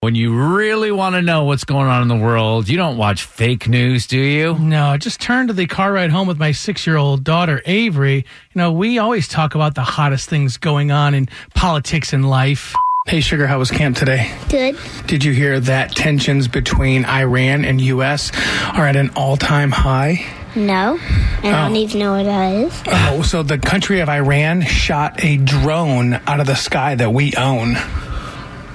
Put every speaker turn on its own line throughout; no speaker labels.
When you really want to know what's going on in the world, you don't watch fake news, do you?
No, I just turned to the car ride home with my six year old daughter, Avery. You know, we always talk about the hottest things going on in politics and life. Hey, Sugar, how was camp today?
Good.
Did you hear that tensions between Iran and U.S. are at an all time high?
No, I don't even know what that is.
Oh, so the country of Iran shot a drone out of the sky that we own.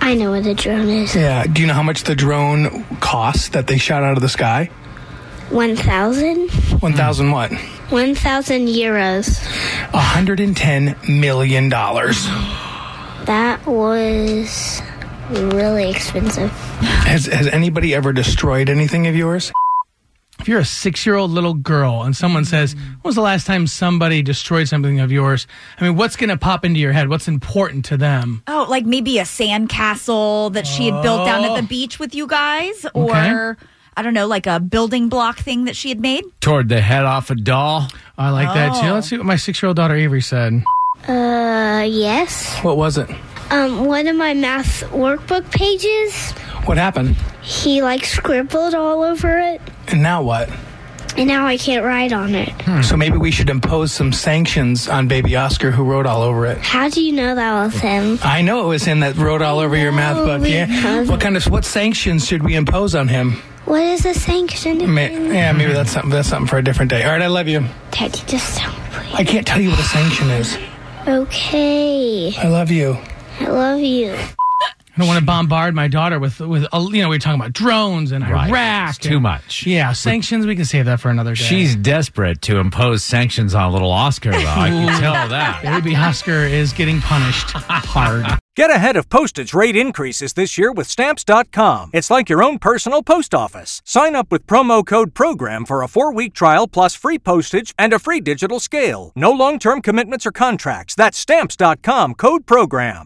I know what a drone is.
Yeah. Do you know how much the drone cost that they shot out of the sky?
1,000?
Hmm. 1,000 what?
1,000 euros.
$110 million. Has,
That was really expensive.
has anybody ever destroyed anything of yours? If you're a six year old little girl and someone says, When was the last time somebody destroyed something of yours? I mean, what's going to pop into your head? What's important to them?
Oh, like maybe a sandcastle that she had built down at the beach with you guys, or I don't know, like a building block thing that she had made.
Toward the head off a doll.
I like that too. Let's see what my six year old daughter Avery said.
Uh, yes.
What was it?
Um, one of my math workbook pages,
What happened?
he like scribbled all over it,
And now what?
and now I can't write on it.
So maybe we should impose some sanctions on baby Oscar who wrote all over it.
How do you know that was him?
I know it was him that wrote all over your math book.
we
Yeah.
have-
What kind of what sanctions should we impose on him?
What is a sanction?
Ma-
again?
yeah, maybe that's something that's something for a different day. All right, I love you.
Daddy, just tell me, please.
I can't tell you what a sanction is.
Okay,
I love you.
I love you.
I don't want to bombard my daughter with with uh, you know we are talking about drones and
Right.
Iraq.
It's
and-
too much.
Yeah, sanctions. We can save that for another day.
She's desperate to impose sanctions on little Oscar, though. I can tell that.
baby Oscar is getting punished hard.
Get ahead of postage rate increases this year with Stamps.com. It's like your own personal post office. Sign up with promo code PROGRAM for a four week trial plus free postage and a free digital scale. No long term commitments or contracts. That's Stamps.com code PROGRAM.